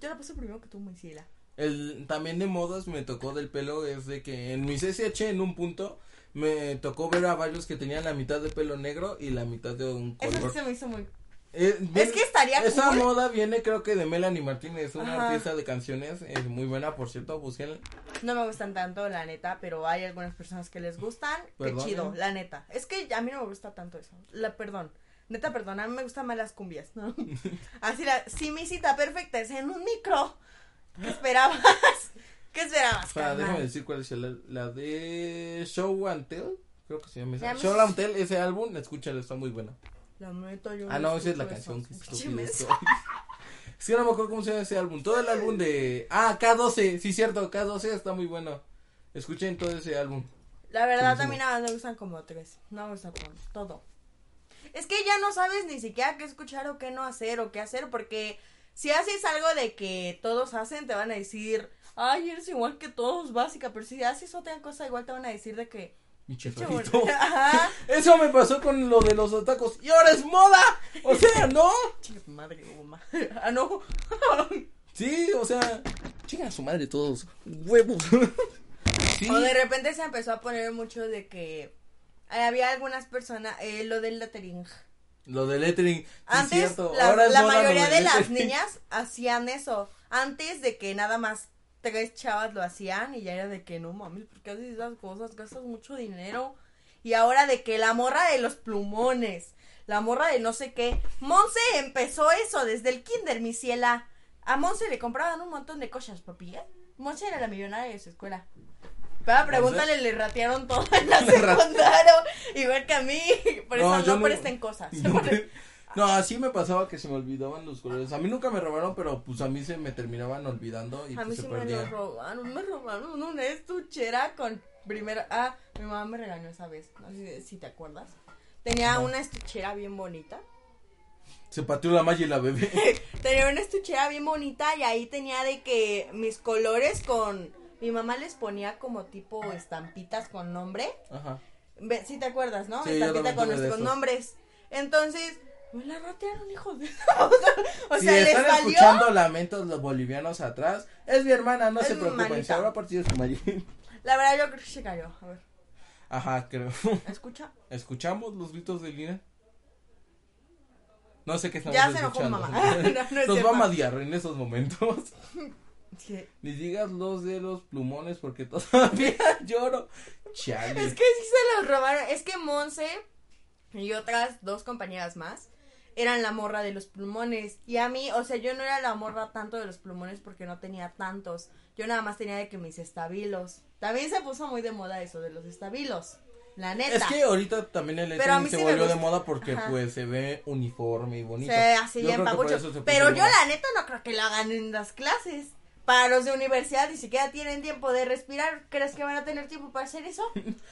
Yo la puse primero que tú, Moisila. El, también de modas me tocó del pelo es de que en mi CCH en un punto me tocó ver a varios que tenían la mitad de pelo negro y la mitad de un Eso sí color. se me hizo muy. Eh, viene- que estaría Esa cool. moda viene creo que de Melanie Martínez, una Ajá. artista de canciones, es muy buena por cierto, búsquenla. No me gustan tanto, la neta, pero hay algunas personas que les gustan. Qué Perdón, chido, ¿eh? la neta. Es que a mí no me gusta tanto eso. La perdón. Neta, perdón, a mí me gustan más las cumbias, ¿no? Así la, si mi cita perfecta es en un micro. ¿Qué esperabas? ¿Qué esperabas, O sea, carnal? déjame decir cuál es la, la de Show and Tell, creo que se llama esa. Veamos. Show and Tell, ese álbum, escúchalo, está muy bueno. La neta, yo Ah, no, esa es la escucho canción esas que chimes. estúpido soy. Es que no me acuerdo cómo se llama ese álbum. Todo el álbum de. Ah, K12. Sí, cierto. K12 está muy bueno. Escuchen todo ese álbum. La verdad, Buenísimo. también nada más me gustan como tres. No me gusta todo, todo. Es que ya no sabes ni siquiera qué escuchar o qué no hacer o qué hacer, porque si haces algo de que todos hacen, te van a decir, ay, eres igual que todos, básica. Pero si haces otra cosa, igual te van a decir de que. Mi "Che, chefadito. bueno". Ajá. Eso me pasó con lo de los atacos. ¡Y ahora es moda! O sea, ¿no? Chinga tu madre, goma. Ah, no. Sí, o sea. Chingan a su madre todos. Huevos. Sí. O de repente se empezó a poner mucho de que eh, había algunas personas, eh, lo del lettering. Lo de lettering. sí, Antes, cierto. la, Ahora es la moda lo mayoría de las lettering. niñas hacían eso. Antes de que nada más tres chavas lo hacían y ya era de que no mames, ¿por qué haces esas cosas? Gastas mucho dinero. Y ahora de que la morra de los plumones, la morra de no sé qué. Monse empezó eso desde el kinder, mi ciela. A Monse le compraban un montón de cosas, papi. ¿eh? Monse era la millonaria de su escuela. Pero pregúntale, le ratearon todo en la secundaria, igual que a mí. Por eso No, no, yo no- presten cosas. No, pre- no, así me pasaba que se me olvidaban los colores. A mí nunca me robaron, pero pues a mí se me terminaban olvidando y A pues mí se sí me lo perdían. robaron, me robaron una estuchera con primera... Ah, mi mamá me regañó esa vez, no sé si te acuerdas. Tenía No. una estuchera bien bonita. Se pateó la malla y la bebé. Tenía una estuchera bien bonita y ahí tenía de que mis colores con... Mi mamá les ponía como tipo estampitas con nombre. Ajá. Ve- Sí te acuerdas, ¿no? Sí, yo Estampita también con tuve de nuestros esos. nombres. Entonces, me la ratearon, hijos de... o si sea, les están salió... escuchando lamentos los bolivianos atrás, es mi hermana, no Es se mi preocupen. hermanita. Se habrá partido su malla. La verdad yo creo que se cayó. A ver, Ajá, creo. escucha. ¿Escuchamos los gritos de Lina? No sé qué estamos Ya se enojó escuchando. mamá. No, no es Nos va cierto. a madiar en esos momentos. Sí. Ni digas los de los plumones porque todavía lloro. Chale. Es que sí se los robaron. Es que Monse y otras dos compañeras más eran la morra de los plumones. Y a mí, o sea, yo no era la morra tanto de los plumones porque no tenía tantos. Yo nada más tenía de que mis estabilos. También se puso muy de moda eso de los estabilos. La neta. Es que ahorita también el Pero a lettering mí se sí me volvió de gusta. moda porque Ajá. pues se ve uniforme y bonito. Se ve así Yo bien creo que por papucho. eso se puso Pero de yo moda. la neta no creo que lo hagan en las clases. Para los de universidad ni siquiera tienen tiempo de respirar. ¿Crees que van a tener tiempo para hacer eso?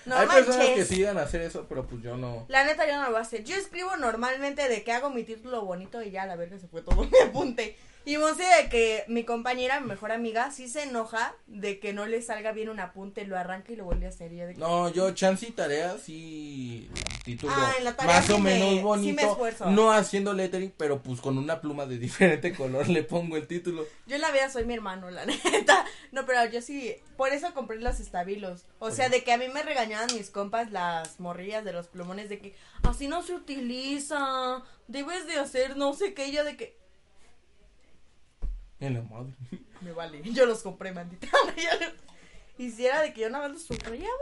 No Hay manches. personas que sí iban a hacer eso, pero pues yo no. La neta yo no lo voy a hacer. Yo escribo normalmente de que hago mi título bonito y ya la verga se fue todo mi apunte. Y Monse, de que mi compañera, mi mejor amiga, sí se enoja de que no le salga bien un apunte, lo arranca y lo vuelve a hacer. Y yo de que- No, yo chance y tarea sí titulo Ah, en la tarea más sí o me- menos bonito, sí me esfuerzo. no haciendo lettering, pero pues con una pluma de diferente color le pongo el título. Yo en la vida soy mi hermano, la neta. No, pero yo sí, por eso compré los estabilos. O sea, de que a mí me regañaban mis compas las morrillas de los plumones de que así no se utiliza, debes de hacer no sé qué, y yo de que En la madre. me vale, yo los compré, maldita. Yo no- Y si era de que yo nada más los subrayaba.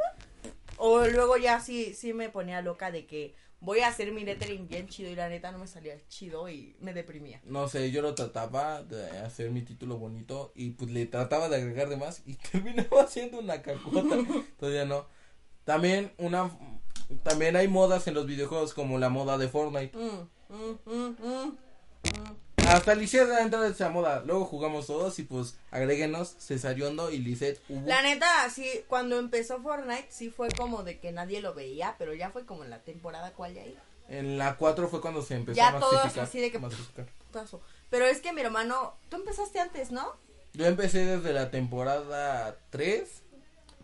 O luego ya sí, sí me ponía loca de que voy a hacer mi lettering bien chido y la neta no me salía chido y me deprimía. No sé, yo lo trataba de hacer mi título bonito y pues le trataba de agregar de más y terminaba haciendo una cacota. Todavía no. También una también hay modas en los videojuegos como la moda de Fortnite. Mm, mm, mm, mm. Hasta Lisette ha entrado en esa moda. Luego jugamos todos y pues agréguenos Cesariondo y Lisette. hubo- La neta, sí, cuando empezó Fortnite sí fue como de que nadie lo veía, pero ya fue como en la temporada cual ya iba. En la 4 fue cuando se empezó Ya a todos masificar. así de que- masificar. Tazo. Pero es que mi hermano, tú empezaste antes, ¿no? Yo empecé desde la temporada 3.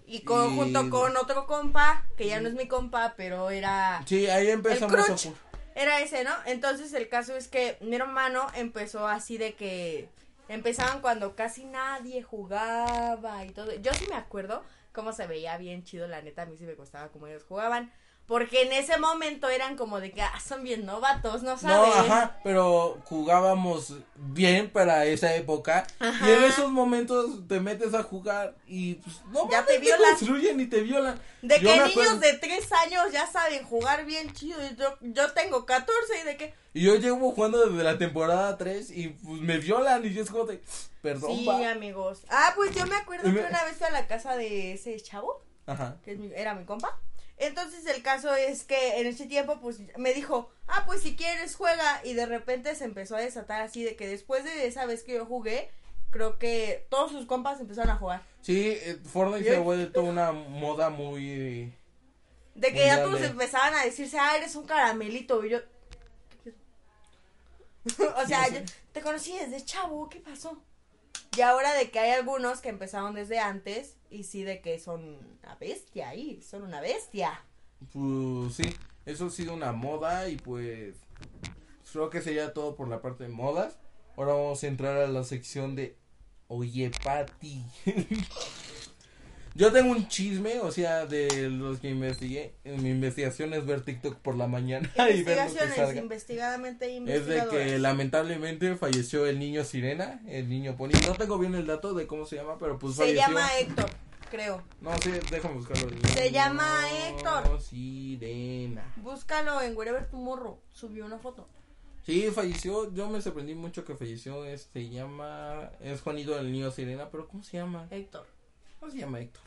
Y con, Y- junto con otro compa, que ya no es mi compa, pero era... Sí, ahí empezamos El a crunch. jugar. Era ese, ¿no? Entonces el caso es que mi hermano empezó así de que empezaban cuando casi nadie jugaba y todo. Yo sí me acuerdo cómo se veía bien chido, la neta, a mí sí me gustaba cómo ellos jugaban. Porque en ese momento eran como de que ah, son bien novatos, no saben. No, ajá, pero jugábamos bien para esa época. Y en esos momentos te metes a jugar y pues, no Ya te mames, violan. construyen y te violan. De Yo que me niños acuerdo- de 3 años ya saben jugar bien chido. y Yo, yo tengo 14 y de que. Y yo llevo jugando desde la temporada 3 y pues me violan y yo es como de, perdón, Sí, va. amigos. Ah, pues yo me acuerdo Y me- que una vez fui a la casa de ese chavo. Ajá. que es mi- era mi compa. Entonces el caso es que en ese tiempo pues me dijo, ah, pues si quieres juega y de repente se empezó a desatar así de que después de esa vez que yo jugué, creo que todos sus compas empezaron a jugar. Sí, eh, Fortnite se Bien. ha vuelto una moda muy... De que ya Ándale. todos empezaban a decirse, ah, eres un caramelito y yo... o sea, yo- te conocí desde chavo, ¿qué pasó? Y ahora de que hay algunos que empezaron desde antes y sí de que son una bestia ahí, son una bestia. Pues sí, eso ha sido una moda y pues creo que sería todo por la parte de modas. Ahora vamos a entrar a la sección de Oye Pati. Yo tengo un chisme, o sea, de los que investigué. En mi investigación es ver TikTok por la mañana y ver lo que Investigaciones, salga. investigadamente Es de investigadoras. que lamentablemente falleció el niño Sirena, el niño Pony. No tengo bien el dato de cómo se llama, pero pues Se falleció. llama Héctor, creo. No sé, déjame buscarlo. Se llama Héctor. Sirena. Búscalo en Wherever Tomorrow. Subió una foto. Sí, falleció. Yo me sorprendí mucho que falleció. Este llama. Es Juanito del Niño Sirena, pero ¿cómo se llama? Héctor. ¿Cómo se llama Héctor?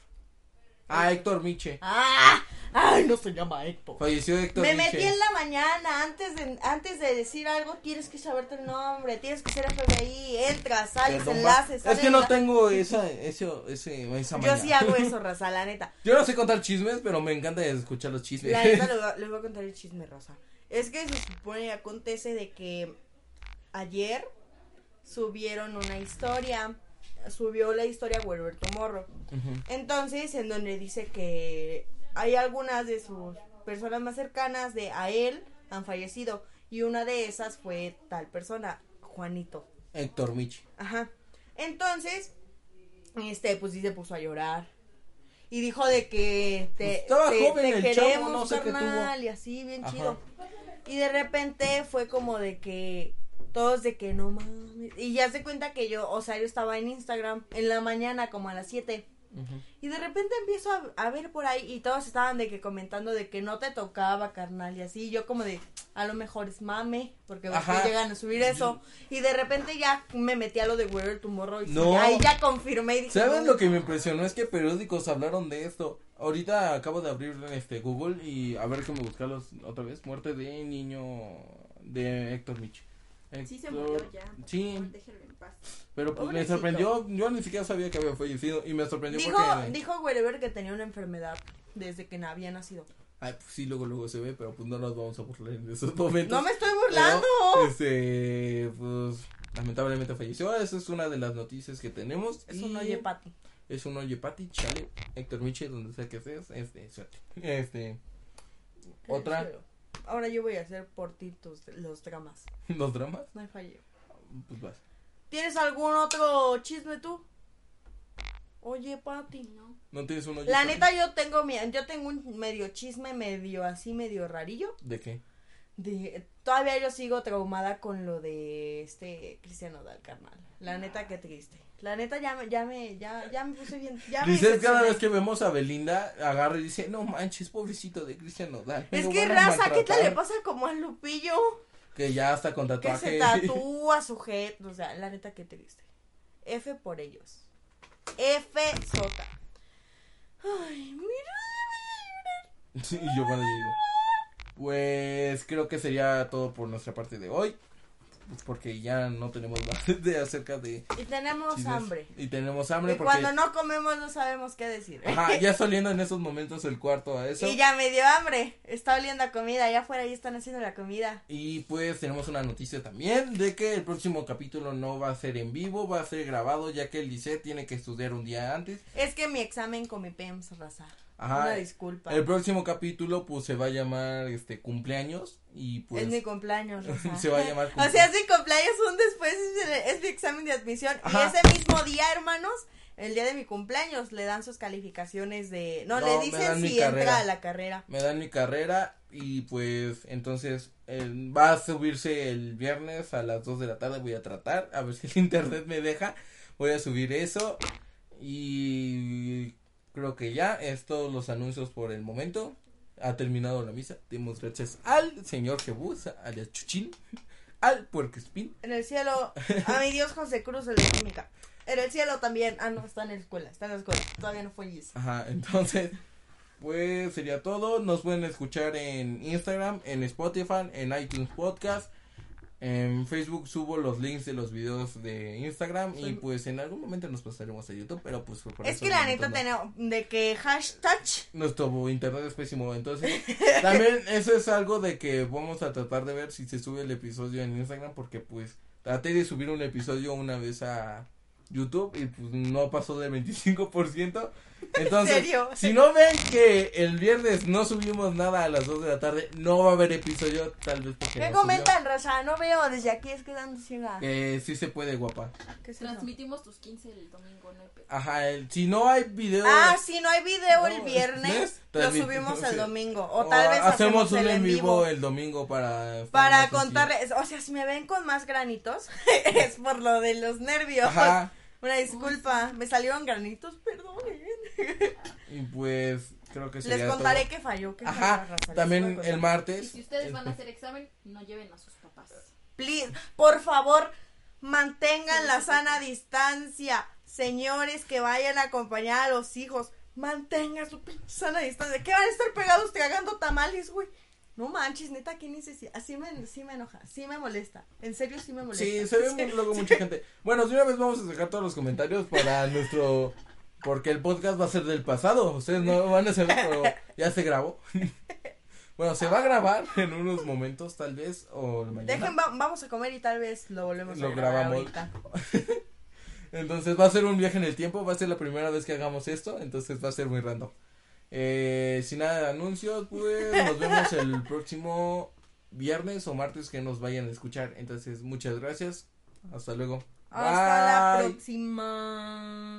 Ah, Héctor Miche. ¡Ah! ¡Ay, no se llama Héctor! Falleció Héctor Me Miche. metí en la mañana. Antes de, antes de decir algo, tienes que saberte el nombre. Tienes que ser FBI. Entras, sales, Perdón, va. enlaces. Es sales, que no enla- tengo esa, ese, ese, esa Yo maña. sí hago eso, raza, la neta. Yo no sé contar chismes, pero me encanta escuchar los chismes. La neta, les voy a- les voy a contar el chisme, Rosa. Es que se supone, acontece de que ayer subieron una historia. Subió la historia Gualberto Morro. Ujú. Entonces, en donde dice que hay algunas de sus personas más cercanas de a él han fallecido. Y una de esas fue tal persona, Juanito. Héctor Miche. Ajá. Entonces, este, pues sí se puso a llorar. Y dijo de que te, Pues estaba te- joven te el chavo, queremos, no sé qué carnal, tuvo. y así, bien Ajá. chido. Y de repente fue como de que todos de que no mames. Y ya se cuenta que yo, o sea, yo estaba en Instagram en la mañana como a las 7. Ujú. Y de repente empiezo a, a ver por ahí y todos estaban de que comentando de que no te tocaba, carnal, y así. Yo como de, a lo mejor es mame, porque Ajá. después llegan a subir eso. Y de repente ya me metí a lo de Where Tomorrow y sí, No. ahí ya confirmé y dije, ¿Sabes no, lo que me impresionó? Es que periódicos hablaron de esto. Ahorita acabo de abrir este Google y a ver cómo buscarlos otra vez. Muerte de niño de Héctor Michi. Sí se Héctor- murió ya. por Sí, favor, Déjenlo en paz. pero pues me Pobrecito. sorprendió. Yo ni siquiera sabía que había fallecido y me sorprendió Dijo, porque. dijo Wherever que tenía una enfermedad desde que había nacido. Ay, pues sí, luego luego se ve, pero pues no nos vamos a burlar en esos momentos. no me estoy Pero, burlando. este, pues lamentablemente falleció. Esa es una de las noticias que tenemos. Es y un oye pati. Es un oye pati, chale. Héctor Miche, donde sea que seas, este, suerte. Este, otra, Ahora yo voy a hacer por ti tus- los dramas. los dramas, No hay fallo. pues vas. ¿Tienes algún otro chisme tú? Oye, Pati. No. No tienes un oye La pati? neta yo tengo mi, yo tengo un medio chisme, medio así, medio rarillo. ¿De qué? De, todavía yo sigo traumada con lo de este Cristiano Dal carnal. La neta qué triste. La neta ya me, ya me, ya, ya me puse bien. Ya me Dices decepcioné. cada vez que vemos a Belinda, agarra y dice, no manches, pobrecito de Cristian Nodal. Es lo que van a raza, ¿qué tal le maltratar". pasa como al Lupillo? Que ya hasta con Que tatuaje. se tatúa sujeto. O sea, la neta, qué triste. F por ellos. F sota. Ay, mira, Sí, y yo cuando digo. Pues creo que sería todo por nuestra parte de hoy. Pues porque ya no tenemos más de acerca de. voy a llorar. Y tenemos chismes. hambre. Y tenemos hambre Y porque. cuando no comemos no sabemos qué decir. Ajá, ya está oliendo en esos momentos el cuarto a eso. Y ya me dio hambre. Está oliendo a comida. Allá afuera ya están haciendo la comida. Y pues tenemos una noticia también de que el próximo capítulo no va a ser en vivo, va a ser grabado ya que el Lice tiene que estudiar un día antes. Es que mi examen con mi PEMS, raza. Ajá. eh, Una disculpa. El próximo capítulo pues se va a llamar este cumpleaños y pues es mi cumpleaños, Rosa. Se va a llamar O sea, es mi cumpleaños un después, es, el- es mi examen de admisión. Ajá. Y ese mismo día, hermanos, el día de mi cumpleaños, le dan sus calificaciones de. No, No, le me dan dicen mi si carrera. entra a la carrera. me dan mi carrera y pues entonces eh, va a subirse el viernes a las 2 de la tarde voy a tratar a ver si el internet me deja voy a subir eso y creo que ya es todos los anuncios por el momento ha terminado la misa demos gracias al señor Jebus alias Chuchín al Puerquespín En el cielo, a mi Dios José Cruz, el de química. En el cielo también. Ah, no, está en la escuela, está en la escuela. Todavía no fue Gis. Ajá, entonces, pues sería todo. Nos pueden escuchar en Instagram, en Spotify, en iTunes Podcast. En Facebook subo los links de los videos de Instagram y Soy- pues en algún momento nos pasaremos a YouTube, pero pues por Es eso que la de neta momento no. tenemos. De que hashtag. Nuestro internet es pésimo, entonces también eso es algo de que vamos a tratar de ver si se sube el episodio en Instagram porque pues traté de subir un episodio una vez a YouTube y pues no pasó del 25%. Entonces, serio? si no ven que el viernes no subimos nada a las 2 de la tarde, no va a haber episodio tal vez porque ¿Qué no subió. comentan, Rosa? No veo, desde aquí es quedando ciega. Que Eh, sí se puede, guapa. ¿Qué es eso? Transmitimos tus 15 el domingo, no hay pedo. Ajá, el- si no hay video Ah, si no hay video el No, viernes, ¿ves? lo Transmitimos, subimos el sí. domingo. O tal vez hacemos, hacemos un el en vivo. el domingo para Para más sencillo. contarles, o sea, si me ven con más granitos, es por lo de los nervios. Ajá. Una disculpa, me salieron granitos, perdonen. Y pues creo que sería Les contaré todo. que falló. Que falló la Ajá, raza, les voy a también contar. el Y martes. Este, si ustedes van a hacer examen, no lleven a sus papás. Please, por favor, mantengan la sana distancia. Señores que vayan a acompañar a los hijos, mantengan su pinche sana distancia. ¿Qué van a estar pegados tragando tamales, güey? No manches, neta, qué necesidad. Así me, sí me enoja, sí me molesta. En serio, sí me molesta. Sí, se ve muy- luego mucha gente. Bueno, de una vez vamos a sacar todos los comentarios para nuestro. Porque el podcast va a ser del pasado. Ustedes no lo van a saber, pero ya se grabó. Bueno, se va a grabar en unos momentos, tal vez, o mañana. Dejen, va- vamos a comer y tal vez lo volvemos Lo a grabar grabamos. ahorita. Entonces va a ser un viaje en el tiempo, va a ser la primera vez que hagamos esto, entonces va a ser muy random. Eh, sin nada de anuncios, pues nos vemos el próximo viernes o martes que nos vayan a escuchar. Entonces, muchas gracias. Hasta luego. Hasta la Bye. próxima.